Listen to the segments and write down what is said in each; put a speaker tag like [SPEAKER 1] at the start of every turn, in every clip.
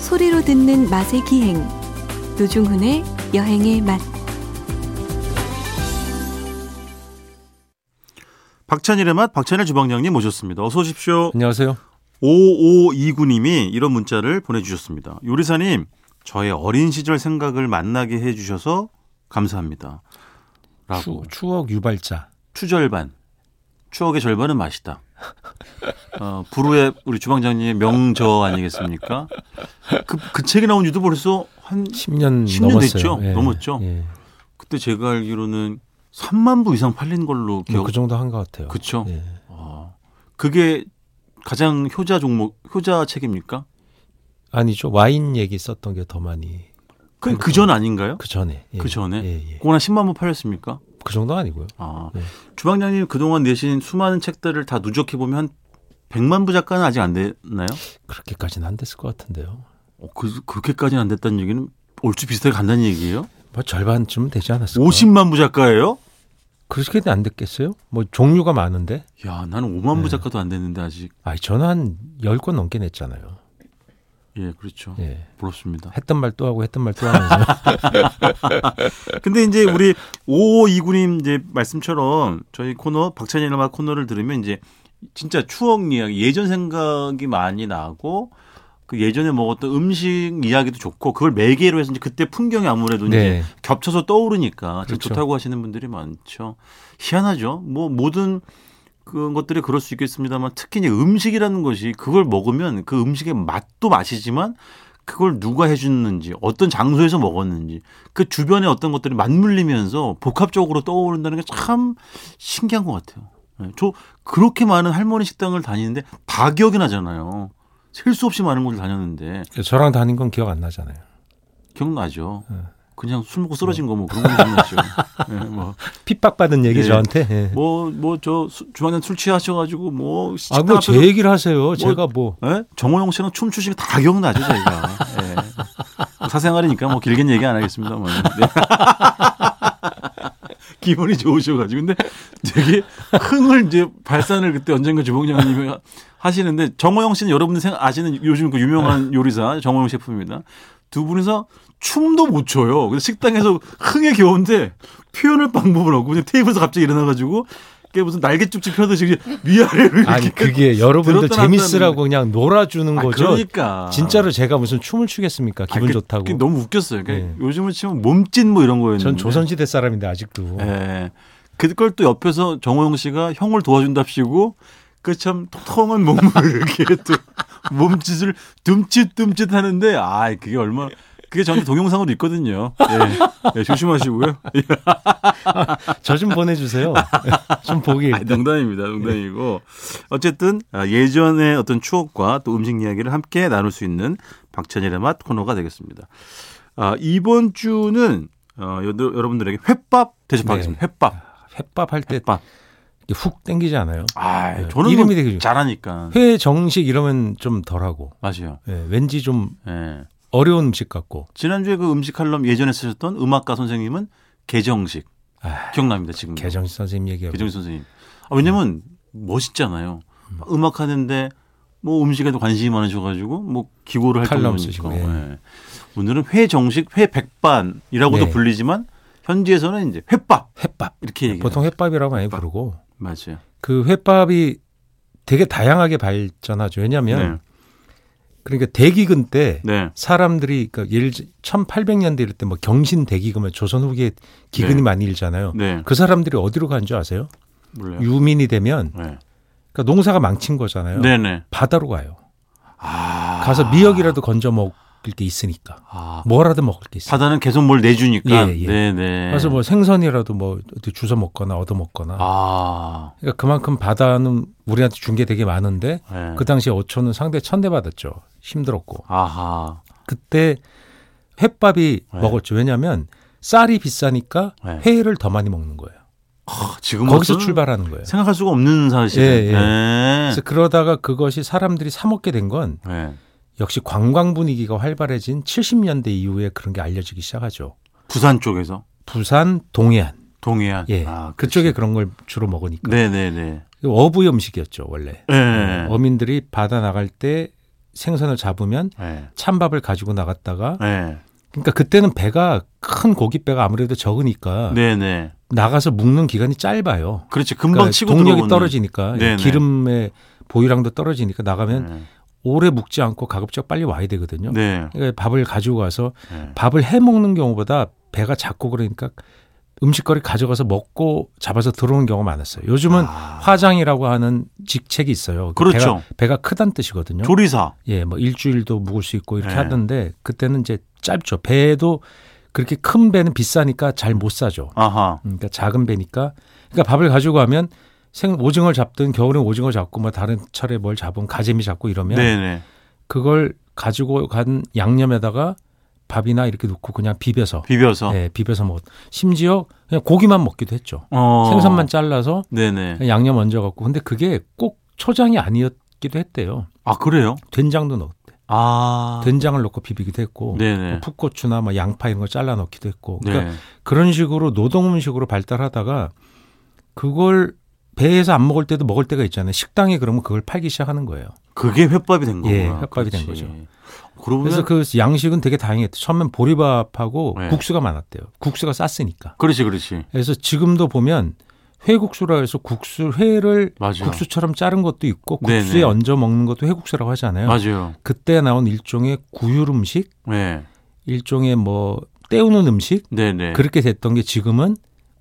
[SPEAKER 1] 소리로 듣는 맛의 기행 노중훈의 여행의 맛
[SPEAKER 2] 박찬일의 맛 박찬일 주방장님 모셨습니다. 어서 오십시오.
[SPEAKER 3] 안녕하세요.
[SPEAKER 2] 5529님이 이런 문자를 보내주셨습니다. 요리사님, 저의 어린 시절 생각을 만나게 해주셔서 감사합니다.
[SPEAKER 3] 추,
[SPEAKER 2] 라고
[SPEAKER 3] 추억 유발자.
[SPEAKER 2] 추절반. 추억의 절반은 맛이다. 어, 부르의 우리 주방장님의 명저 아니겠습니까? 그, 그 책이 나온 지도 벌써 한
[SPEAKER 3] 10년,
[SPEAKER 2] 10년
[SPEAKER 3] 넘었어요.
[SPEAKER 2] 됐죠? 넘었죠?
[SPEAKER 3] 예.
[SPEAKER 2] 그때 제가 알기로는 3만 부 이상 팔린 걸로
[SPEAKER 3] 뭐그
[SPEAKER 2] 기억.
[SPEAKER 3] 정도 한 것
[SPEAKER 2] 음,
[SPEAKER 3] 같아요.
[SPEAKER 2] 그쵸?
[SPEAKER 3] 예.
[SPEAKER 2] 어, 그게 가장 효자 종목, 효자 책입니까?
[SPEAKER 3] 아니죠. 와인 얘기 썼던 게 더 많이
[SPEAKER 2] 그럼 그전 아닌가요?
[SPEAKER 3] 그 전에. 예.
[SPEAKER 2] 그 전에?
[SPEAKER 3] 예, 예.
[SPEAKER 2] 그건 한 10만 부 팔렸습니까?
[SPEAKER 3] 그 정도 아니고요.
[SPEAKER 2] 아,
[SPEAKER 3] 네.
[SPEAKER 2] 주방장님 그동안 내신 수많은 책들을 다 누적해 보면 한 100만 부 작가는 아직 안 됐나요?
[SPEAKER 3] 그렇게까지는 안 됐을 것 같은데요.
[SPEAKER 2] 어, 그, 그렇게까지는 안 됐다는 얘기는 얼추 비슷하게 간다는 얘기예요?
[SPEAKER 3] 뭐 절반쯤 되지 않았을까?
[SPEAKER 2] 50만 부 작가예요?
[SPEAKER 3] 그렇게는 안 됐겠어요? 뭐 종류가 많은데.
[SPEAKER 2] 야, 나는 5만
[SPEAKER 3] 네.
[SPEAKER 2] 부 작가도 안 됐는데 아직.
[SPEAKER 3] 아, 저는 한 10권 넘게 냈잖아요.
[SPEAKER 2] 예, 그렇죠.
[SPEAKER 3] 예.
[SPEAKER 2] 부럽습니다.
[SPEAKER 3] 했던 말 또 하고 했던 말 또 하면서
[SPEAKER 2] 근데 이제 우리 5529님 이제 말씀처럼 저희 코너 박찬일 음악 코너를 들으면 이제 진짜 추억 이야기, 예전 생각이 많이 나고 그 예전에 먹었던 음식 이야기도 좋고 그걸 매개로 해서 이제 그때 풍경이 아무래도 이제
[SPEAKER 3] 네.
[SPEAKER 2] 겹쳐서 떠오르니까 참
[SPEAKER 3] 그렇죠.
[SPEAKER 2] 좋다고 하시는 분들이 많죠. 희한하죠. 뭐 모든 그런 것들이 그럴 수 있겠습니다만 특히 이제 음식이라는 것이 그걸 먹으면 그 음식의 맛도 맛이지만 그걸 누가 해주는지 어떤 장소에서 먹었는지 그 주변의 어떤 것들이 맞물리면서 복합적으로 떠오른다는 게 참 신기한 것 같아요. 예, 저 그렇게 많은 할머니 식당을 다니는데 다 기억이 나잖아요. 셀 수 없이 많은 곳을 다녔는데
[SPEAKER 3] 저랑 다닌 건 기억 안 나잖아요.
[SPEAKER 2] 기억나죠.
[SPEAKER 3] 네.
[SPEAKER 2] 그냥 술 먹고 쓰러진 거 뭐 그런 거 기억나죠. 예, 뭐.
[SPEAKER 3] 핍박받은 얘기
[SPEAKER 2] 예.
[SPEAKER 3] 저한테. 예.
[SPEAKER 2] 뭐 뭐 저 주방장 술 취하셔가지고 뭐
[SPEAKER 3] 아,
[SPEAKER 2] 식당
[SPEAKER 3] 뭐 제
[SPEAKER 2] 앞에서
[SPEAKER 3] 얘기를 하세요. 제가 뭐
[SPEAKER 2] 예? 정호영 씨는 춤 추시면 다 기억나죠 저희가 예. 뭐 사생활이니까 뭐 길게 얘기 안 하겠습니다만 네. 기분이 좋으셔가지고 근데 되게 흥을 이제 발산을 그때 언젠가 주방장님이 하시는데 정호영 씨는 여러분들 생- 아시는 요즘 그 유명한 요리사 정호영 셰프입니다. 두 분이서 춤도 못 춰요. 근데 식당에서 흥에 겨운데 표현을 방법을 없고 그냥 테이블에서 갑자기 일어나가지고 그게 무슨 날개쭉쭉 펴듯이 그냥 위아래로 이렇게
[SPEAKER 3] 아니 그게 여러분들
[SPEAKER 2] 들었다 놨다는
[SPEAKER 3] 재밌으라고 그냥 놀아주는
[SPEAKER 2] 아,
[SPEAKER 3] 거죠.
[SPEAKER 2] 그러니까
[SPEAKER 3] 진짜로 제가 무슨 춤을 추겠습니까?
[SPEAKER 2] 아,
[SPEAKER 3] 기분
[SPEAKER 2] 그-
[SPEAKER 3] 좋다고.
[SPEAKER 2] 그게 너무 웃겼어요. 그러니까
[SPEAKER 3] 네.
[SPEAKER 2] 요즘은 치면 몸짓 뭐 이런 거였는데.
[SPEAKER 3] 전 조선시대 사람인데 아직도
[SPEAKER 2] 예. 그걸 또 옆에서 정호영 씨가 형을 도와준답시고 그 참 통통한 몸을 이렇게 또 몸짓을 듬칫듬칫 하는데 아 그게 얼마나 그게 저한테 동영상으로 있거든요. 예. 예, 조심하시고요. 예.
[SPEAKER 3] 저 좀 보내주세요. 좀 보기.
[SPEAKER 2] 아, 아니, 농담입니다. 농담이고. 어쨌든 아, 예전의 어떤 추억과 또 음식 이야기를 함께 나눌 수 있는 박찬일의 맛 코너가 되겠습니다. 아, 이번 주는 어, 여- 여러분들에게 횟밥
[SPEAKER 3] 네.
[SPEAKER 2] 대접하겠습니다. 횟밥.
[SPEAKER 3] 햇밥 할 때 훅
[SPEAKER 2] 횟밥.
[SPEAKER 3] 땡기지 않아요?
[SPEAKER 2] 아,
[SPEAKER 3] 네.
[SPEAKER 2] 저는
[SPEAKER 3] 이름이
[SPEAKER 2] 뭐
[SPEAKER 3] 되게 좋-
[SPEAKER 2] 잘하니까.
[SPEAKER 3] 회 정식 이러면 좀 덜하고
[SPEAKER 2] 맞아요.
[SPEAKER 3] 예, 왠지 좀
[SPEAKER 2] 예.
[SPEAKER 3] 어려운 음식 같고
[SPEAKER 2] 지난주에 그 음식 칼럼 예전에 쓰셨던 음악가 선생님은 개정식.
[SPEAKER 3] 아,
[SPEAKER 2] 기억납니다, 지금.
[SPEAKER 3] 개정식 선생님 얘기하고
[SPEAKER 2] 그 개정식 선생님. 아, 왜냐면 멋있잖아요. 막 음악 하는데 뭐 음식에도 관심이 많으셔가지고 뭐 기고를 할
[SPEAKER 3] 칼럼
[SPEAKER 2] 정도니까.
[SPEAKER 3] 쓰시고,
[SPEAKER 2] 예.
[SPEAKER 3] 예.
[SPEAKER 2] 오늘은 회 정식, 회 백반이라고도
[SPEAKER 3] 네.
[SPEAKER 2] 불리지만 현지에서는 이제 횟밥
[SPEAKER 3] 햇밥.
[SPEAKER 2] 이렇게 얘기해요.
[SPEAKER 3] 네, 보통 햇밥이라고 많이
[SPEAKER 2] 햇밥.
[SPEAKER 3] 부르고
[SPEAKER 2] 맞아요.
[SPEAKER 3] 그 햇밥이 되게 다양하게 발전하죠. 왜냐하면 그러니까 대기근 때
[SPEAKER 2] 네.
[SPEAKER 3] 사람들이 그러니까 예를 1800년대 이럴 때 뭐 경신 대기금에 조선 후기에 기근이
[SPEAKER 2] 네.
[SPEAKER 3] 많이 일잖아요.
[SPEAKER 2] 네. 네.
[SPEAKER 3] 그 사람들이 어디로 간 줄 아세요?
[SPEAKER 2] 몰라요.
[SPEAKER 3] 유민이 되면
[SPEAKER 2] 네.
[SPEAKER 3] 그러니까 농사가 망친 거잖아요.
[SPEAKER 2] 네네.
[SPEAKER 3] 바다로 가요.
[SPEAKER 2] 아.
[SPEAKER 3] 가서 미역이라도 건져 먹을 게 있으니까
[SPEAKER 2] 아.
[SPEAKER 3] 뭐라도 먹을 게 있어. 요
[SPEAKER 2] 바다는 계속 뭘 내주니까.
[SPEAKER 3] 예, 예.
[SPEAKER 2] 네네.
[SPEAKER 3] 그래서 뭐 생선이라도 뭐 어디 주워 먹거나 얻어 먹거나.
[SPEAKER 2] 아.
[SPEAKER 3] 그러니까 그만큼 바다는 우리한테 준 게 되게 많은데
[SPEAKER 2] 네.
[SPEAKER 3] 그 당시에 어촌은 상대 천대 받았죠. 힘들었고
[SPEAKER 2] 아하.
[SPEAKER 3] 그때 횟밥이
[SPEAKER 2] 네.
[SPEAKER 3] 먹었죠. 왜냐하면 쌀이 비싸니까
[SPEAKER 2] 네.
[SPEAKER 3] 회를 더 많이 먹는 거예요.
[SPEAKER 2] 아, 지금
[SPEAKER 3] 거기서
[SPEAKER 2] 어떤-
[SPEAKER 3] 출발하는 거예요.
[SPEAKER 2] 생각할 수가 없는 사실.
[SPEAKER 3] 예, 예.
[SPEAKER 2] 네.
[SPEAKER 3] 그래서 그러다가 그것이 사람들이 사 먹게 된 건
[SPEAKER 2] 네.
[SPEAKER 3] 역시 관광 분위기가 활발해진 70년대 이후에 그런 게 알려지기 시작하죠.
[SPEAKER 2] 부산 쪽에서
[SPEAKER 3] 부산 동해안,
[SPEAKER 2] 동해안.
[SPEAKER 3] 예,
[SPEAKER 2] 아,
[SPEAKER 3] 그쪽에 그런 걸 주로 먹으니까
[SPEAKER 2] 네네네.
[SPEAKER 3] 어부의 음식이었죠 원래.
[SPEAKER 2] 예.
[SPEAKER 3] 어민들이 바다 나갈 때 생선을 잡으면
[SPEAKER 2] 예.
[SPEAKER 3] 찬밥을 가지고 나갔다가
[SPEAKER 2] 예.
[SPEAKER 3] 그러니까 그때는 배가 큰 고깃배가 아무래도 적으니까
[SPEAKER 2] 네, 네.
[SPEAKER 3] 나가서 묵는 기간이 짧아요.
[SPEAKER 2] 그렇죠.
[SPEAKER 3] 그
[SPEAKER 2] 금방
[SPEAKER 3] 러
[SPEAKER 2] 치고
[SPEAKER 3] 동력이
[SPEAKER 2] 들어오는.
[SPEAKER 3] 떨어지니까
[SPEAKER 2] 네네.
[SPEAKER 3] 기름의 보유량도 떨어지니까 나가면
[SPEAKER 2] 네.
[SPEAKER 3] 오래 묵지 않고 가급적 빨리 와야 되거든요.
[SPEAKER 2] 네.
[SPEAKER 3] 그러니까 밥을 가지고 가서
[SPEAKER 2] 네.
[SPEAKER 3] 밥을 해 먹는 경우보다 배가 작고 그러니까 음식거리 가져가서 먹고 잡아서 들어오는 경우가 많았어요. 요즘은
[SPEAKER 2] 아,
[SPEAKER 3] 화장이라고 하는 직책이 있어요. 그
[SPEAKER 2] 그렇죠.
[SPEAKER 3] 배가, 배가 크단 뜻이거든요.
[SPEAKER 2] 조리사.
[SPEAKER 3] 예, 뭐 일주일도 묵을 수 있고 이렇게
[SPEAKER 2] 네.
[SPEAKER 3] 하던데 그때는 이제 짧죠. 배도 그렇게 큰 배는 비싸니까 잘 못 사죠.
[SPEAKER 2] 아하.
[SPEAKER 3] 그러니까 작은 배니까 그러니까 밥을 가지고 가면 생 오징어를 잡든 겨울에 오징어 잡고 뭐 다른 철에 뭘 잡으면 가재미 잡고 이러면
[SPEAKER 2] 네, 네.
[SPEAKER 3] 그걸 가지고 간 양념에다가 밥이나 이렇게 넣고 그냥 비벼서
[SPEAKER 2] 비벼서.
[SPEAKER 3] 예, 비벼서 먹 심지어 그냥 고기만 먹기도 했죠.
[SPEAKER 2] 어.
[SPEAKER 3] 생선만 예. 잘라서
[SPEAKER 2] 네, 네.
[SPEAKER 3] 그냥 양념 얹어 갖고 근데 그게 꼭 초장이 아니었기도 했대요.
[SPEAKER 2] 아, 그래요?
[SPEAKER 3] 된장도 넣었대.
[SPEAKER 2] 아.
[SPEAKER 3] 된장을 넣고 비비기도 했고
[SPEAKER 2] 네, 네.
[SPEAKER 3] 풋고추나 뭐 양파 이런 거 잘라 넣기도 했고 그러니까
[SPEAKER 2] 네.
[SPEAKER 3] 그런 식으로 노동 음식으로 발달하다가 그걸 배에서 안 먹을 때도 먹을 때가 있잖아요. 식당에 그러면 그걸 팔기 시작하는 거예요.
[SPEAKER 2] 그게 횟밥이 된 거구나.
[SPEAKER 3] 예, 횟밥이 된 거죠.
[SPEAKER 2] 그러고 보면
[SPEAKER 3] 그래서 그 양식은 되게 다양했죠. 처음엔 보리밥하고
[SPEAKER 2] 네.
[SPEAKER 3] 국수가 많았대요. 국수가 쌌으니까.
[SPEAKER 2] 그렇지, 그렇지.
[SPEAKER 3] 그래서 지금도 보면 회국수라 해서 국수 회를
[SPEAKER 2] 맞아요.
[SPEAKER 3] 국수처럼 자른 것도 있고 국수에
[SPEAKER 2] 네네.
[SPEAKER 3] 얹어 먹는 것도 회국수라고 하잖아요.
[SPEAKER 2] 맞아요.
[SPEAKER 3] 그때 나온 일종의 구율 음식,
[SPEAKER 2] 네.
[SPEAKER 3] 일종의 뭐 때우는 음식
[SPEAKER 2] 네, 네.
[SPEAKER 3] 그렇게 됐던 게 지금은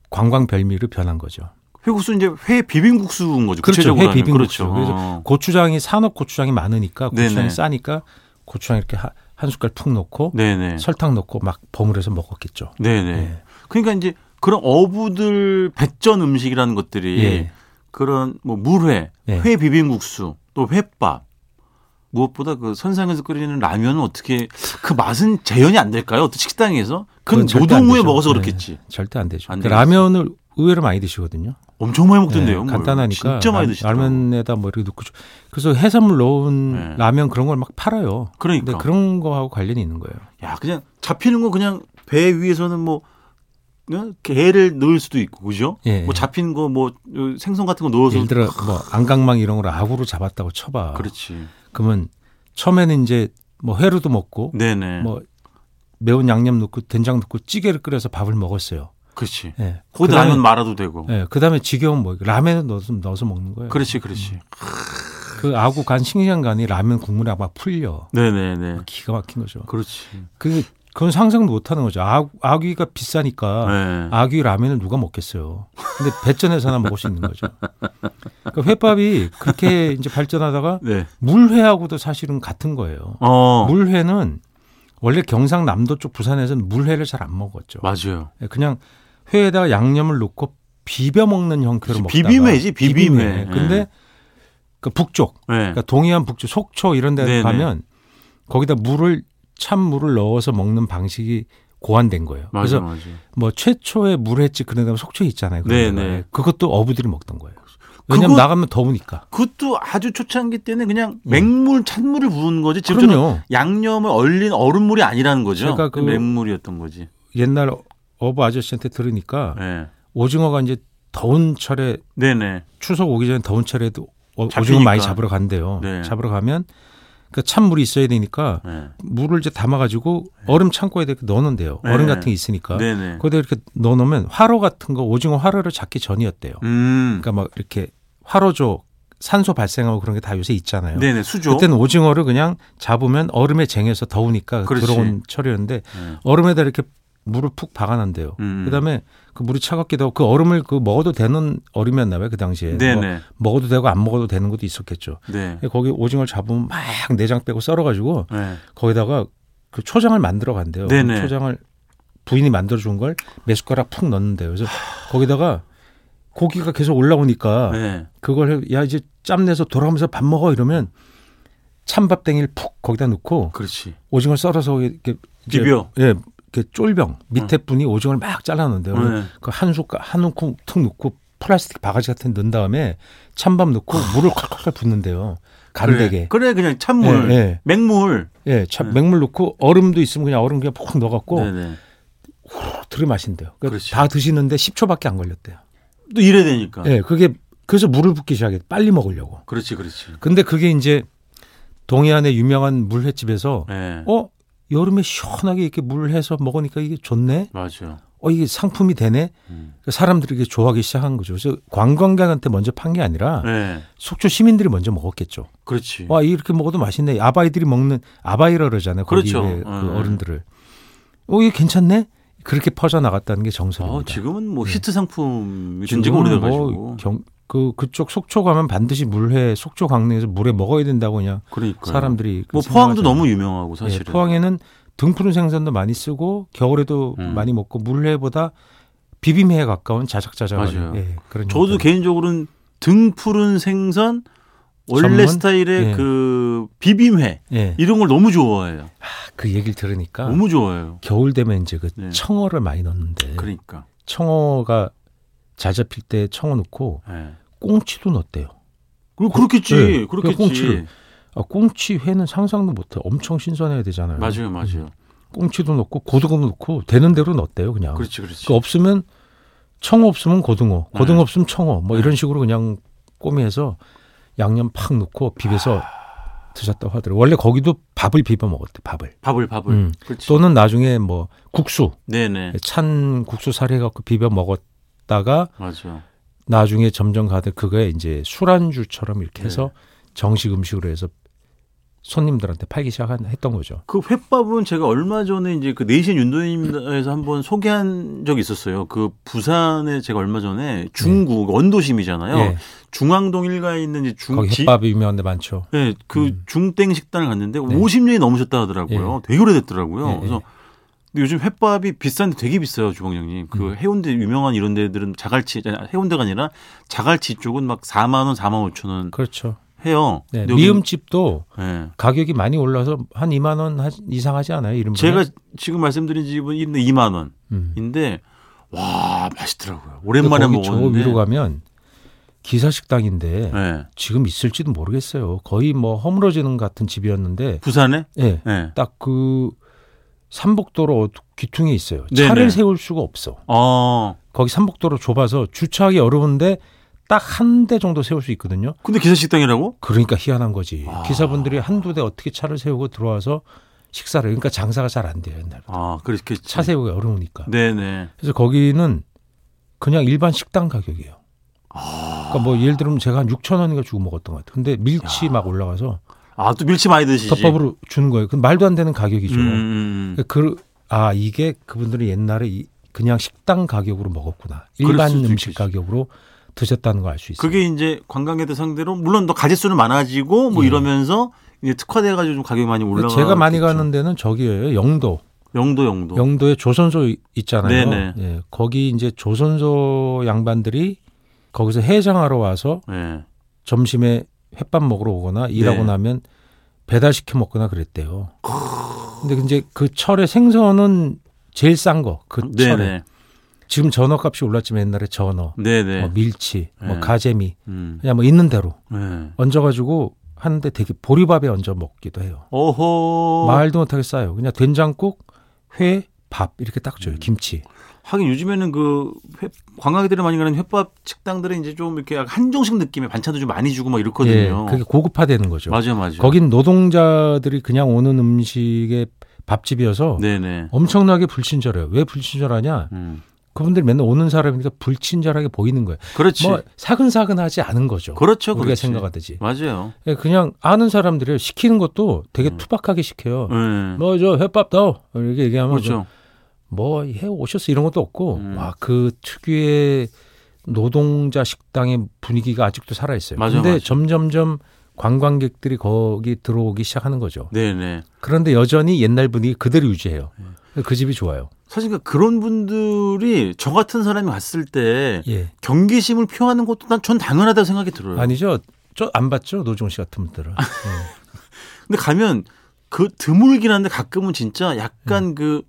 [SPEAKER 3] 관광 별미로 변한 거죠.
[SPEAKER 2] 회국수 이제 회 비빔국수인 거죠.
[SPEAKER 3] 그렇죠.
[SPEAKER 2] 구체적으로
[SPEAKER 3] 회
[SPEAKER 2] 하면.
[SPEAKER 3] 비빔국수.
[SPEAKER 2] 그렇죠.
[SPEAKER 3] 그래서
[SPEAKER 2] 어.
[SPEAKER 3] 고추장이 산업 고추장이 많으니까 고추장이
[SPEAKER 2] 네네.
[SPEAKER 3] 싸니까 고추장 이렇게 하- 한 숟갈 푹 넣고
[SPEAKER 2] 네, 네.
[SPEAKER 3] 설탕 넣고 막 버무려서 먹었겠죠.
[SPEAKER 2] 네, 네.
[SPEAKER 3] 예.
[SPEAKER 2] 그러니까 이제 그런 어부들 배전 음식이라는 것들이
[SPEAKER 3] 예.
[SPEAKER 2] 그런 뭐 물회,
[SPEAKER 3] 예.
[SPEAKER 2] 회 비빔국수, 또 횟밥 무엇보다 그 선상에서 끓이는 라면은 어떻게 그 맛은 재현이 안 될까요? 어떤 식당에서? 그건
[SPEAKER 3] 그건 절대
[SPEAKER 2] 노동
[SPEAKER 3] 안
[SPEAKER 2] 후에
[SPEAKER 3] 되죠.
[SPEAKER 2] 먹어서
[SPEAKER 3] 네.
[SPEAKER 2] 그렇겠지.
[SPEAKER 3] 절대 안 되죠.
[SPEAKER 2] 안
[SPEAKER 3] 그
[SPEAKER 2] 되겠어요.
[SPEAKER 3] 라면을 의외로 많이 드시거든요.
[SPEAKER 2] 엄청 많이
[SPEAKER 3] 네,
[SPEAKER 2] 먹던데요. 뭘.
[SPEAKER 3] 간단하니까
[SPEAKER 2] 진짜 많이
[SPEAKER 3] 라-
[SPEAKER 2] 드시더라고.
[SPEAKER 3] 라면에다 뭐 이렇게 넣고 주- 그래서 해산물 넣은
[SPEAKER 2] 네.
[SPEAKER 3] 라면 그런 걸 막 팔아요.
[SPEAKER 2] 그러니까.
[SPEAKER 3] 근데 그런 거하고 관련이 있는 거예요.
[SPEAKER 2] 야, 그냥 잡히는 건 그냥 배 위에서는 뭐 그냥 게를 넣을 수도 있고 그죠?
[SPEAKER 3] 예.
[SPEAKER 2] 뭐 잡힌 거 뭐 생선 같은 거 넣어서
[SPEAKER 3] 예를 들어 뭐 안강망 이런 걸 악으로 잡았다고 쳐봐.
[SPEAKER 2] 그렇지.
[SPEAKER 3] 그러면 처음에는 이제 뭐 회로도 먹고
[SPEAKER 2] 네, 네.
[SPEAKER 3] 뭐 매운 양념 넣고 된장 넣고 찌개를 끓여서 밥을 먹었어요.
[SPEAKER 2] 그렇지.
[SPEAKER 3] 예.
[SPEAKER 2] 곧
[SPEAKER 3] 그다음에-
[SPEAKER 2] 라면 말아도 되고.
[SPEAKER 3] 예. 그다음에 지겨운 뭐 라면을 넣어서, 넣어서 먹는 거예요.
[SPEAKER 2] 그렇지, 그렇지.
[SPEAKER 3] 그 아구 간 싱싱한 간이 라면 국물에 막 풀려.
[SPEAKER 2] 네, 네, 네.
[SPEAKER 3] 기가 막힌 거죠.
[SPEAKER 2] 그렇지.
[SPEAKER 3] 그 그건 상상도 못 하는 거죠. 아, 아귀가 비싸니까
[SPEAKER 2] 네.
[SPEAKER 3] 아귀 라면을 누가 먹겠어요. 근데 배전에서나 먹을 수 있는 거죠. 그러니까 회밥이 그렇게 이제 발전하다가
[SPEAKER 2] 네.
[SPEAKER 3] 물회하고도 사실은 같은 거예요.
[SPEAKER 2] 어.
[SPEAKER 3] 물회는 원래 경상남도 쪽 부산에서는 물회를 잘 안 먹었죠.
[SPEAKER 2] 맞아요.
[SPEAKER 3] 예, 그냥 회에다가 양념을 넣고 비벼 먹는 형태로 먹다가
[SPEAKER 2] 비빔회지, 비빔회.
[SPEAKER 3] 비빔회.
[SPEAKER 2] 예.
[SPEAKER 3] 근데 그 북쪽,
[SPEAKER 2] 네.
[SPEAKER 3] 그러니까 동해안 북쪽 속초 이런 데
[SPEAKER 2] 네네.
[SPEAKER 3] 가면 거기다 물을 찬물을 넣어서 먹는 방식이 고안된 거예요.
[SPEAKER 2] 맞아요,
[SPEAKER 3] 그래서
[SPEAKER 2] 맞아요.
[SPEAKER 3] 뭐 최초의 물회집 그런 데가 속초에 있잖아요. 그런
[SPEAKER 2] 네네.
[SPEAKER 3] 데가. 그것도 어부들이 먹던 거예요. 왜냐면
[SPEAKER 2] 그거-
[SPEAKER 3] 나가면 더우니까.
[SPEAKER 2] 그것도 아주 초창기 때는 그냥 맹물 찬물을 부은 거지. 직접
[SPEAKER 3] 그럼요.
[SPEAKER 2] 양념을 얼린 얼음물이 아니라는 거죠.
[SPEAKER 3] 제가 그-
[SPEAKER 2] 맹물이었던 거지.
[SPEAKER 3] 옛날 어부 아저씨한테 들으니까
[SPEAKER 2] 네.
[SPEAKER 3] 오징어가 이제 더운 철에
[SPEAKER 2] 네, 네.
[SPEAKER 3] 추석 오기 전에 더운 철에도 어- 오징어
[SPEAKER 2] 잡히니까.
[SPEAKER 3] 많이 잡으러 간대요.
[SPEAKER 2] 네.
[SPEAKER 3] 잡으러 가면 그 찬물이 있어야 되니까
[SPEAKER 2] 네.
[SPEAKER 3] 물을 이제 담아가지고 얼음 창고에 이렇게 넣는데요.
[SPEAKER 2] 네.
[SPEAKER 3] 얼음 같은 게 있으니까.
[SPEAKER 2] 네, 네.
[SPEAKER 3] 거기다 이렇게 넣어놓으면 화로 같은 거 오징어 화로를 잡기 전이었대요.
[SPEAKER 2] 음.
[SPEAKER 3] 그러니까 막 이렇게 화로조 산소 발생하고 그런 게 다 요새 있잖아요.
[SPEAKER 2] 네, 네. 수조.
[SPEAKER 3] 그때는 오징어를 그냥 잡으면 얼음에 쟁여서 더우니까
[SPEAKER 2] 그렇지.
[SPEAKER 3] 들어온 철이었는데
[SPEAKER 2] 네.
[SPEAKER 3] 얼음에다 이렇게 물을 푹 박아놨대요.
[SPEAKER 2] 음.
[SPEAKER 3] 그다음에 그 물이 차갑기도 하고 그 얼음을 그 먹어도 되는 얼음이었나 봐요 그 당시에.
[SPEAKER 2] 네,
[SPEAKER 3] 뭐
[SPEAKER 2] 네.
[SPEAKER 3] 먹어도 되고 안 먹어도 되는 것도 있었겠죠.
[SPEAKER 2] 네.
[SPEAKER 3] 근데 거기 오징어를 잡으면 막 내장 빼고 썰어가지고
[SPEAKER 2] 네.
[SPEAKER 3] 거기다가 그 초장을 만들어 간대요.
[SPEAKER 2] 네네.
[SPEAKER 3] 그 초장을 부인이 만들어 준 걸 몇 숟가락 푹 넣는데요. 그래서 거기다가 고기가 계속 올라오니까
[SPEAKER 2] 네.
[SPEAKER 3] 그걸 해- 야 이제 짬 내서 돌아가면서 밥 먹어 이러면 찬밥땡이를 푹 거기다 넣고
[SPEAKER 2] 그렇지.
[SPEAKER 3] 오징어 썰어서 이렇게 이제
[SPEAKER 2] 비벼.
[SPEAKER 3] 예, 이렇게 쫄병 밑에 분이 오징어를 막 잘라놓는데요.
[SPEAKER 2] 네.
[SPEAKER 3] 그한 숟갈 한 움큼 툭 넣고 플라스틱 바가지 같은 데 넣은 다음에 찬밥 넣고 물을 콸콸콸 붓는데요. 간대게.
[SPEAKER 2] 아. 그래, 그래 그냥 찬물.
[SPEAKER 3] 예, 예.
[SPEAKER 2] 맹물.
[SPEAKER 3] 예, 참
[SPEAKER 2] 네.
[SPEAKER 3] 맹물 넣고 얼음도 있으면 그냥 얼음 그냥 푹 넣어갖고
[SPEAKER 2] 네, 그렇죠. 네.
[SPEAKER 3] 들이마신대요. 그러니까
[SPEAKER 2] 그렇지.
[SPEAKER 3] 다 드시는데 10초밖에 안 걸렸대요.
[SPEAKER 2] 또 이래야 되니까.
[SPEAKER 3] 예, 그게 그래서 물을 붓기 시작해 빨리 먹으려고.
[SPEAKER 2] 그렇지, 그렇지.
[SPEAKER 3] 근데 그게 이제 동해안의 유명한 물횟집에서
[SPEAKER 2] 예.
[SPEAKER 3] 어 여름에 시원하게 이렇게 물 해서 먹으니까 이게 좋네.
[SPEAKER 2] 맞아요.
[SPEAKER 3] 어 이게 상품이 되네.
[SPEAKER 2] 음.
[SPEAKER 3] 그러니까 사람들이 이게 좋아하기 시작한 거죠. 그래서 관광객한테 먼저 판 게 아니라
[SPEAKER 2] 예.
[SPEAKER 3] 속초 시민들이 먼저 먹었겠죠.
[SPEAKER 2] 그렇지.
[SPEAKER 3] 와 이렇게 먹어도 맛있네. 아바이들이 먹는 아바이라 그러잖아요. 거기
[SPEAKER 2] 그렇죠.
[SPEAKER 3] 왜
[SPEAKER 2] 예, 예.
[SPEAKER 3] 그 어른들을. 어 이게 괜찮네. 그렇게 퍼져 나갔다는 게 정설입니다. 네.
[SPEAKER 2] 어, 지금은 뭐 히트 상품이
[SPEAKER 3] 지금은
[SPEAKER 2] 된지가 오래돼가지고.
[SPEAKER 3] 뭐 경, 그 그쪽 속초 가면 반드시 물회 속초 강릉에서 물회 먹어야 된다고 그냥
[SPEAKER 2] 그러니까.
[SPEAKER 3] 사람들이
[SPEAKER 2] 뭐
[SPEAKER 3] 그
[SPEAKER 2] 포항도
[SPEAKER 3] 생각하잖아요.
[SPEAKER 2] 너무 유명하고
[SPEAKER 3] 예,
[SPEAKER 2] 사실은.
[SPEAKER 3] 포항에는 등푸른 생선도 많이 쓰고 겨울에도
[SPEAKER 2] 음.
[SPEAKER 3] 많이 먹고 물회보다 비빔회에 가까운 자작자작한
[SPEAKER 2] 맞아요.
[SPEAKER 3] 예, 그런
[SPEAKER 2] 저도
[SPEAKER 3] 형태.
[SPEAKER 2] 개인적으로는 등 푸른 생선 원래
[SPEAKER 3] 전문?
[SPEAKER 2] 스타일의
[SPEAKER 3] 예.
[SPEAKER 2] 그 비빔회
[SPEAKER 3] 예.
[SPEAKER 2] 이런 걸 너무 좋아해요.
[SPEAKER 3] 아, 그 얘기를 들으니까
[SPEAKER 2] 너무 좋아해요.
[SPEAKER 3] 겨울 되면 이제 그
[SPEAKER 2] 음. 네.
[SPEAKER 3] 청어를 많이 넣는데
[SPEAKER 2] 그러니까.
[SPEAKER 3] 청어가 잘 잡힐 때 청어 넣고
[SPEAKER 2] 예.
[SPEAKER 3] 꽁치도 넣었대요.
[SPEAKER 2] 그럼 그렇겠지.
[SPEAKER 3] 예,
[SPEAKER 2] 그렇겠지.
[SPEAKER 3] 꽁치를. 아, 꽁치 회는 상상도 못해. 엄청 신선해야 되잖아요.
[SPEAKER 2] 맞아요, 맞아요.
[SPEAKER 3] 음. 꽁치도 넣고 고등어도 넣고 되는 대로 넣었대요. 그냥.
[SPEAKER 2] 그렇지, 그렇지.
[SPEAKER 3] 그 없으면 청어 없으면 고등어,
[SPEAKER 2] 네.
[SPEAKER 3] 고등어 없으면 청어 뭐
[SPEAKER 2] 네.
[SPEAKER 3] 이런 식으로 그냥 꼬미해서 양념 팍 넣고 비벼서
[SPEAKER 2] 아.
[SPEAKER 3] 드셨다고 하더라고요. 원래 거기도 밥을 비벼 먹었대. 밥을.
[SPEAKER 2] 밥을 밥을.
[SPEAKER 3] 음.
[SPEAKER 2] 그렇지.
[SPEAKER 3] 또는 나중에 뭐 국수,
[SPEAKER 2] 네네.
[SPEAKER 3] 찬 국수 사리 해 갖고 비벼 먹었다가
[SPEAKER 2] 맞아.
[SPEAKER 3] 나중에 점점 가다 그거에 이제 술안주처럼
[SPEAKER 2] 네.
[SPEAKER 3] 이렇게 해서 정식 음식으로 해서 손님들한테 팔기 시작했던 거죠.
[SPEAKER 2] 그 횟밥은 제가 얼마 전에 이제 그 내신 윤도님에서 한번 소개한 적이 있었어요. 그 부산에 제가 얼마 전에 중구 원도심이잖아요.
[SPEAKER 3] 네. 예,
[SPEAKER 2] 중앙동 일가에 있는 이제 중
[SPEAKER 3] 거기
[SPEAKER 2] 네. 어, 지-
[SPEAKER 3] 햇밥이 음. 유명한 데 많죠.
[SPEAKER 2] 예, 그 중땡 식당을 갔는데 50년이 넘으셨다 하더라고요. 되게 오래됐더라고요.
[SPEAKER 3] 네. 예, 예.
[SPEAKER 2] 그래서 근데 요즘 횟밥이 비싼데 되게 비싸요, 주방장님. 그
[SPEAKER 3] 음.
[SPEAKER 2] 해운대 유명한 이런 데들은 자갈치 아니, 해운대가 아니라 자갈치 쪽은 막 4만 원, 4만 5천 원
[SPEAKER 3] 그렇죠.
[SPEAKER 2] 해요.
[SPEAKER 3] 네,
[SPEAKER 2] 근데 여기-
[SPEAKER 3] 미음집도
[SPEAKER 2] 예.
[SPEAKER 3] 가격이 많이 올라서 한 2만 원 하- 이상 하지 않아요? 이름
[SPEAKER 2] 제가 지금 말씀드린 집은 이름도 2만
[SPEAKER 3] 음.
[SPEAKER 2] 원인데 와, 맛있더라고요. 오랜만에
[SPEAKER 3] 거기 저
[SPEAKER 2] 먹었는데.
[SPEAKER 3] 위로 가면 기사 식당인데
[SPEAKER 2] 예.
[SPEAKER 3] 지금 있을지도 모르겠어요. 거의 뭐 허물어지는 같은 집이었는데
[SPEAKER 2] 부산에?
[SPEAKER 3] 예.
[SPEAKER 2] 예.
[SPEAKER 3] 딱 그 삼복도로 귀퉁이에 있어요.
[SPEAKER 2] 네네.
[SPEAKER 3] 차를 세울 수가 없어.
[SPEAKER 2] 어.
[SPEAKER 3] 거기 삼복도로 좁아서 주차하기 어려운데 딱 한 대 정도 세울 수 있거든요.
[SPEAKER 2] 근데 기사식당이라고?
[SPEAKER 3] 그러니까 희한한 거지.
[SPEAKER 2] 아.
[SPEAKER 3] 기사분들이 한두 대 어떻게 차를 세우고 들어와서 식사를 그러니까 장사가 잘 안 돼요, 옛날에.
[SPEAKER 2] 아, 그렇겠지.
[SPEAKER 3] 차 세우기 어려우니까.
[SPEAKER 2] 네, 네.
[SPEAKER 3] 그래서 거기는 그냥 일반 식당 가격이에요.
[SPEAKER 2] 아.
[SPEAKER 3] 그러니까 뭐 예를 들면 제가 한 6천 원인가 주고 먹었던 것 같아요. 근데 밀치 막 올라가서
[SPEAKER 2] 아, 또 밀치 많이 드시지.
[SPEAKER 3] 덮밥으로 주는 거예요. 그 말도 안 되는 가격이죠.
[SPEAKER 2] 음, 음, 음.
[SPEAKER 3] 그, 아, 이게 그분들은 옛날에 이- 그냥 식당 가격으로 먹었구나.
[SPEAKER 2] 그럴
[SPEAKER 3] 일반
[SPEAKER 2] 수도
[SPEAKER 3] 음식
[SPEAKER 2] 있겠지.
[SPEAKER 3] 가격으로 드셨다는 걸 알 수 있어요.
[SPEAKER 2] 그게 이제 관광객들 상대로 물론 더 가짓수는 많아지고 뭐
[SPEAKER 3] 예.
[SPEAKER 2] 이러면서 이제 특화돼가지고 좀 가격이 많이 올라가.
[SPEAKER 3] 제가 많이 가는 데는 저기예요. 영도.
[SPEAKER 2] 영도 영도.
[SPEAKER 3] 영도에 조선소 이- 있잖아요.
[SPEAKER 2] 뭐. 네네.
[SPEAKER 3] 예, 거기 이제 조선소 양반들이 거기서 해장하러 와서
[SPEAKER 2] 예.
[SPEAKER 3] 점심에 햇밥 먹으러 오거나 일하고
[SPEAKER 2] 네.
[SPEAKER 3] 나면 배달시켜 먹거나 그랬대요. 근데 이제 그 철에 생선은 제일 싼 거. 그 철에.
[SPEAKER 2] 네네.
[SPEAKER 3] 지금 전어값이 올랐지만 옛날에 전어,
[SPEAKER 2] 네네.
[SPEAKER 3] 뭐 밀치,
[SPEAKER 2] 네.
[SPEAKER 3] 뭐 가재미
[SPEAKER 2] 음.
[SPEAKER 3] 그냥 뭐 있는 대로
[SPEAKER 2] 예.
[SPEAKER 3] 얹어가지고 하는데 되게 보리밥에 얹어 먹기도 해요.
[SPEAKER 2] 어허.
[SPEAKER 3] 말도 못하게 싸요. 그냥 된장국, 회, 밥 이렇게 딱
[SPEAKER 2] 음.
[SPEAKER 3] 줘요. 김치.
[SPEAKER 2] 하긴 요즘에는 그 회- 관광객들이 많이 가는 횟밥 식당들은 이제 좀 이렇게 약간 한정식 느낌의 반찬도 좀 많이 주고 막 이렇거든요.
[SPEAKER 3] 예, 그게 고급화되는 거죠.
[SPEAKER 2] 맞아요, 맞아요.
[SPEAKER 3] 거긴 노동자들이 그냥 오는 음식의 밥집이어서
[SPEAKER 2] 네네.
[SPEAKER 3] 엄청나게 불친절해요. 왜 불친절하냐?
[SPEAKER 2] 음.
[SPEAKER 3] 그분들 맨날 오는 사람이니까 불친절하게 보이는 거예요.
[SPEAKER 2] 그렇지.
[SPEAKER 3] 뭐 사근사근하지 않은 거죠.
[SPEAKER 2] 그렇죠,
[SPEAKER 3] 우리가
[SPEAKER 2] 그렇지.
[SPEAKER 3] 생각하듯이. 예,
[SPEAKER 2] 맞아요.
[SPEAKER 3] 그냥 아는 사람들이 시키는 것도 되게
[SPEAKER 2] 음.
[SPEAKER 3] 투박하게 시켜요.
[SPEAKER 2] 예.
[SPEAKER 3] 뭐 저 햇밥 더 이렇게 얘기하면
[SPEAKER 2] 그렇죠.
[SPEAKER 3] 뭐 해 오셨어 이런 것도 없고
[SPEAKER 2] 음.
[SPEAKER 3] 와 그 특유의 노동자 식당의 분위기가 아직도 살아 있어요.
[SPEAKER 2] 맞아요,
[SPEAKER 3] 근데
[SPEAKER 2] 맞아요.
[SPEAKER 3] 점점점 관광객들이 거기 들어오기 시작하는 거죠.
[SPEAKER 2] 네네.
[SPEAKER 3] 그런데 여전히 옛날 분위기 그대로 유지해요.
[SPEAKER 2] 예.
[SPEAKER 3] 그 집이 좋아요.
[SPEAKER 2] 사실 그 그런 분들이 저 같은 사람이 갔을 때
[SPEAKER 3] 예.
[SPEAKER 2] 경계심을 표하는 것도 난 전 당연하다고 생각이 들어요.
[SPEAKER 3] 아니죠. 저 안 봤죠. 노종 씨 같은 분들은.
[SPEAKER 2] 아,
[SPEAKER 3] 예.
[SPEAKER 2] 근데 가면 그 드물긴 한데 가끔은 진짜 약간
[SPEAKER 3] 음.
[SPEAKER 2] 그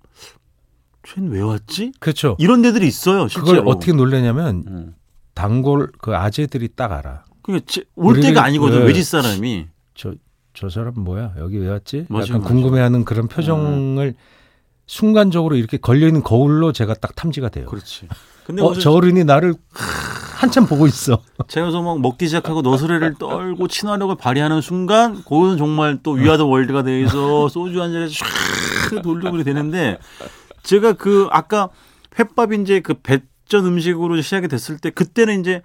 [SPEAKER 2] 쟤는 왜 왔지?
[SPEAKER 3] 그렇죠.
[SPEAKER 2] 이런 데들이 있어요. 실제로.
[SPEAKER 3] 그걸 어떻게 놀래냐면
[SPEAKER 2] 음.
[SPEAKER 3] 단골 그 아재들이 딱 알아.
[SPEAKER 2] 그러니까 제- 올
[SPEAKER 3] 우리를-
[SPEAKER 2] 때가 아니거든.
[SPEAKER 3] 네.
[SPEAKER 2] 외지 사람이.
[SPEAKER 3] 저 저 사람 뭐야? 여기 왜 왔지?
[SPEAKER 2] 맞아요, 음.
[SPEAKER 3] 약간
[SPEAKER 2] 맞아요.
[SPEAKER 3] 궁금해하는 그런 표정을 순간적으로 이렇게 걸려 있는 거울로 제가 딱 탐지가 돼요.
[SPEAKER 2] 그렇지. 그, 근데
[SPEAKER 3] 어,
[SPEAKER 2] 무슨
[SPEAKER 3] 저 어른이 나를 한참 보고 있어.
[SPEAKER 2] 제가 그래서 막 먹기 시작하고 너스레를 떨고 친화력을 발휘하는 순간 그건 정말 또 위아더 월드가 돼서 소주 한 잔에 쫙 돌리고 그래 되는데 제가 그 아까 횟밥 이제 그 배전 음식으로 시작이 됐을 때 그때는 이제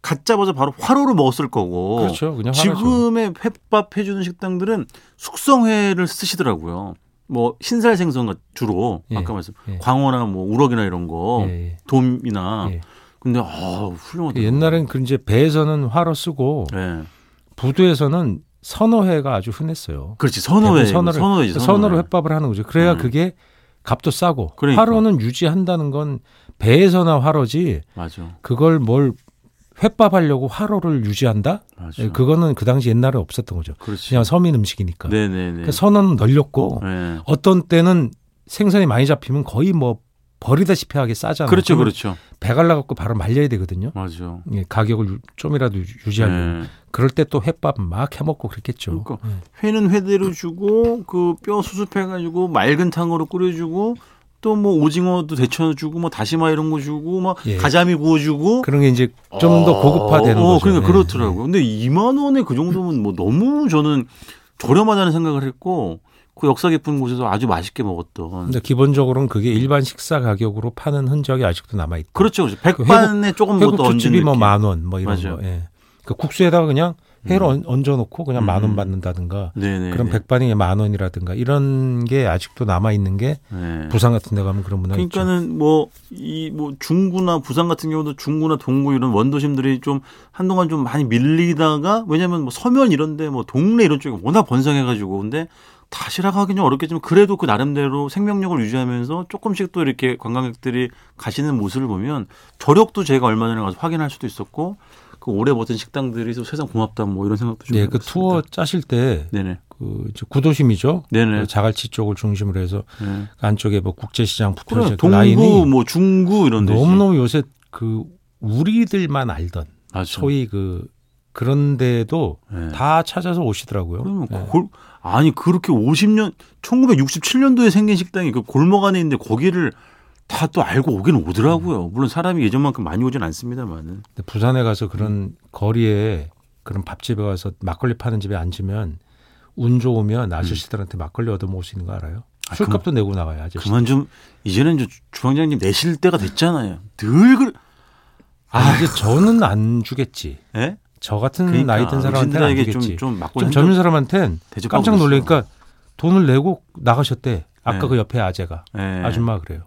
[SPEAKER 2] 갓 잡아서 바로 화로로 먹었을 거고
[SPEAKER 3] 그렇죠. 그냥 화나죠.
[SPEAKER 2] 지금의 횟밥 해주는 식당들은 숙성회를 쓰시더라고요. 뭐 신살 생선 같 주로
[SPEAKER 3] 예,
[SPEAKER 2] 아까 말씀
[SPEAKER 3] 예.
[SPEAKER 2] 광어나 뭐 우럭이나 이런 거
[SPEAKER 3] 예, 예.
[SPEAKER 2] 돔이나
[SPEAKER 3] 예.
[SPEAKER 2] 근데 아 훌륭하다.
[SPEAKER 3] 옛날엔 그 이제 배에서는 화로 쓰고
[SPEAKER 2] 예.
[SPEAKER 3] 부두에서는 선어회가 아주 흔했어요.
[SPEAKER 2] 그렇지 선호회
[SPEAKER 3] 대부분 선어를-
[SPEAKER 2] 선호회지
[SPEAKER 3] 선어로 횟밥을 하는 거죠. 그래야
[SPEAKER 2] 음.
[SPEAKER 3] 그게 값도 싸고
[SPEAKER 2] 그러니까.
[SPEAKER 3] 화로는 유지한다는 건 배에서나 화로지
[SPEAKER 2] 맞아
[SPEAKER 3] 그걸 뭘 횟밥하려고 화로를 유지한다?
[SPEAKER 2] 맞아
[SPEAKER 3] 예, 그거는 그 당시 옛날에 없었던 거죠.
[SPEAKER 2] 그렇죠. 그렇지
[SPEAKER 3] 그냥 서민 음식이니까.
[SPEAKER 2] 네네네
[SPEAKER 3] 그러니까 선어는 널렸고
[SPEAKER 2] 예.
[SPEAKER 3] 어떤 때는 생선이 많이 잡히면 거의 뭐 버리다시피 하게 싸잖아요.
[SPEAKER 2] 그렇죠
[SPEAKER 3] 그러면
[SPEAKER 2] 그렇죠
[SPEAKER 3] 배갈라 갖고 바로 말려야 되거든요.
[SPEAKER 2] 맞아
[SPEAKER 3] 예, 가격을 유- 좀이라도 유- 유지하려고.
[SPEAKER 2] 예.
[SPEAKER 3] 그럴 때 또 횟밥 막 해먹고 그랬겠죠.
[SPEAKER 2] 그러니까.
[SPEAKER 3] 예.
[SPEAKER 2] 회는 회대로 주고 그 뼈 수습해가지고 맑은 탕으로 끓여주고 또 뭐 오징어도 데쳐주고 뭐 다시마 이런 거 주고 막
[SPEAKER 3] 예.
[SPEAKER 2] 가자미 구워주고
[SPEAKER 3] 그런 게 이제 좀 더 고급화되는
[SPEAKER 2] 어,
[SPEAKER 3] 거죠.
[SPEAKER 2] 그러니까
[SPEAKER 3] 예.
[SPEAKER 2] 그렇더라고요. 근데 2만 원에 그 정도면 뭐 너무 저는 저렴하다는 생각을 했고 그 역사 깊은 곳에서 아주 맛있게 먹었던.
[SPEAKER 3] 근데 기본적으로는 그게 일반 식사 가격으로 파는 흔적이 아직도 남아 있다.
[SPEAKER 2] 그렇죠, 그렇죠. 백반에 조금 더 얹은
[SPEAKER 3] 회국집이
[SPEAKER 2] 느낌.
[SPEAKER 3] 뭐 만 원 뭐 이런
[SPEAKER 2] 맞아요.
[SPEAKER 3] 거. 예. 그 국수에다가 그냥 회를 얹- 얹어놓고 그냥 만
[SPEAKER 2] 음.
[SPEAKER 3] 원 받는다든가
[SPEAKER 2] 네네.
[SPEAKER 3] 그런 백반이 만 원이라든가 이런 게 아직도 남아 있는 게
[SPEAKER 2] 네.
[SPEAKER 3] 부산 같은 데 가면 그런 문화 있죠.
[SPEAKER 2] 그러니까는 뭐 이 뭐 중구나 부산 같은 경우도 중구나 동구 이런 원도심들이 좀 한동안 좀 많이 밀리다가 왜냐하면 뭐 서면 이런데 뭐 동네 이런 쪽이 워낙 번성해가지고 근데 다시라고 하긴 좀 어렵겠지만 그래도 그 나름대로 생명력을 유지하면서 조금씩 또 이렇게 관광객들이 가시는 모습을 보면 저력도 제가 얼마 전에 가서 확인할 수도 있었고 그 오래 버틴 식당들이 또 세상 고맙다 뭐 이런 생각도 좀
[SPEAKER 3] 예, 그
[SPEAKER 2] 해봤습니다.
[SPEAKER 3] 투어 짜실 때
[SPEAKER 2] 네네
[SPEAKER 3] 그, 저 구도심이죠.
[SPEAKER 2] 네네
[SPEAKER 3] 그 자갈치 쪽을 중심으로 해서
[SPEAKER 2] 네.
[SPEAKER 3] 그 안쪽에 뭐 국제시장
[SPEAKER 2] 그래
[SPEAKER 3] 부터지
[SPEAKER 2] 동구
[SPEAKER 3] 라인이
[SPEAKER 2] 뭐 중구 이런 데지
[SPEAKER 3] 너무너무 요새 그 우리들만 알던
[SPEAKER 2] 맞아.
[SPEAKER 3] 소위 그 그런데도
[SPEAKER 2] 그렇죠. 네.
[SPEAKER 3] 다 찾아서 오시더라고요.
[SPEAKER 2] 그러면
[SPEAKER 3] 예.
[SPEAKER 2] 골 아니 그렇게 50년 1967년도에 생긴 식당이 그 골목 안에 있는데 거기를 다 또 알고 오긴
[SPEAKER 3] 음.
[SPEAKER 2] 오더라고요. 물론 사람이 예전만큼 많이 오진 않습니다만은.
[SPEAKER 3] 근데 부산에 가서 그런 거리에 그런 밥집에 가서 막걸리 파는 집에 앉으면 운 좋으면 아저씨들한테 막걸리 얻어 먹을 수 있는 거 알아요?
[SPEAKER 2] 음. 아,
[SPEAKER 3] 술값도 내고 나와요 아저씨.
[SPEAKER 2] 그만 좀 이제는 저 주방장님 내실 때가 됐잖아요. 늘 그.
[SPEAKER 3] 아 이제 저는 안 주겠지.
[SPEAKER 2] 예?
[SPEAKER 3] 저 같은
[SPEAKER 2] 그러니까
[SPEAKER 3] 음, 나이 든 사람한테는 안
[SPEAKER 2] 어르신들에게
[SPEAKER 3] 주겠지.
[SPEAKER 2] 좀
[SPEAKER 3] 좀,
[SPEAKER 2] 좀 막걸리 한
[SPEAKER 3] 젊은 사람한텐
[SPEAKER 2] 대접하고
[SPEAKER 3] 깜짝
[SPEAKER 2] 그랬어요.
[SPEAKER 3] 놀라니까 돈을 내고 나가셨대. 아까
[SPEAKER 2] 네.
[SPEAKER 3] 그 옆에 아재가
[SPEAKER 2] 예.
[SPEAKER 3] 아줌마 그래요.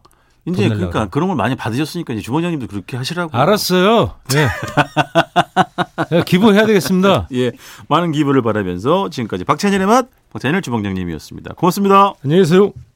[SPEAKER 3] 돈
[SPEAKER 2] 이제
[SPEAKER 3] 내려고
[SPEAKER 2] 그러니까
[SPEAKER 3] 그러고.
[SPEAKER 2] 그런 걸 많이 받으셨으니까 이제 주방장님도 그렇게 하시라고.
[SPEAKER 3] 알았어요. 네. 네, 기부해야 되겠습니다.
[SPEAKER 2] 예. 많은 기부를 바라면서 지금까지 박찬일의 맛 박찬일 주방장님이었습니다. 고맙습니다.
[SPEAKER 3] 안녕히 계세요.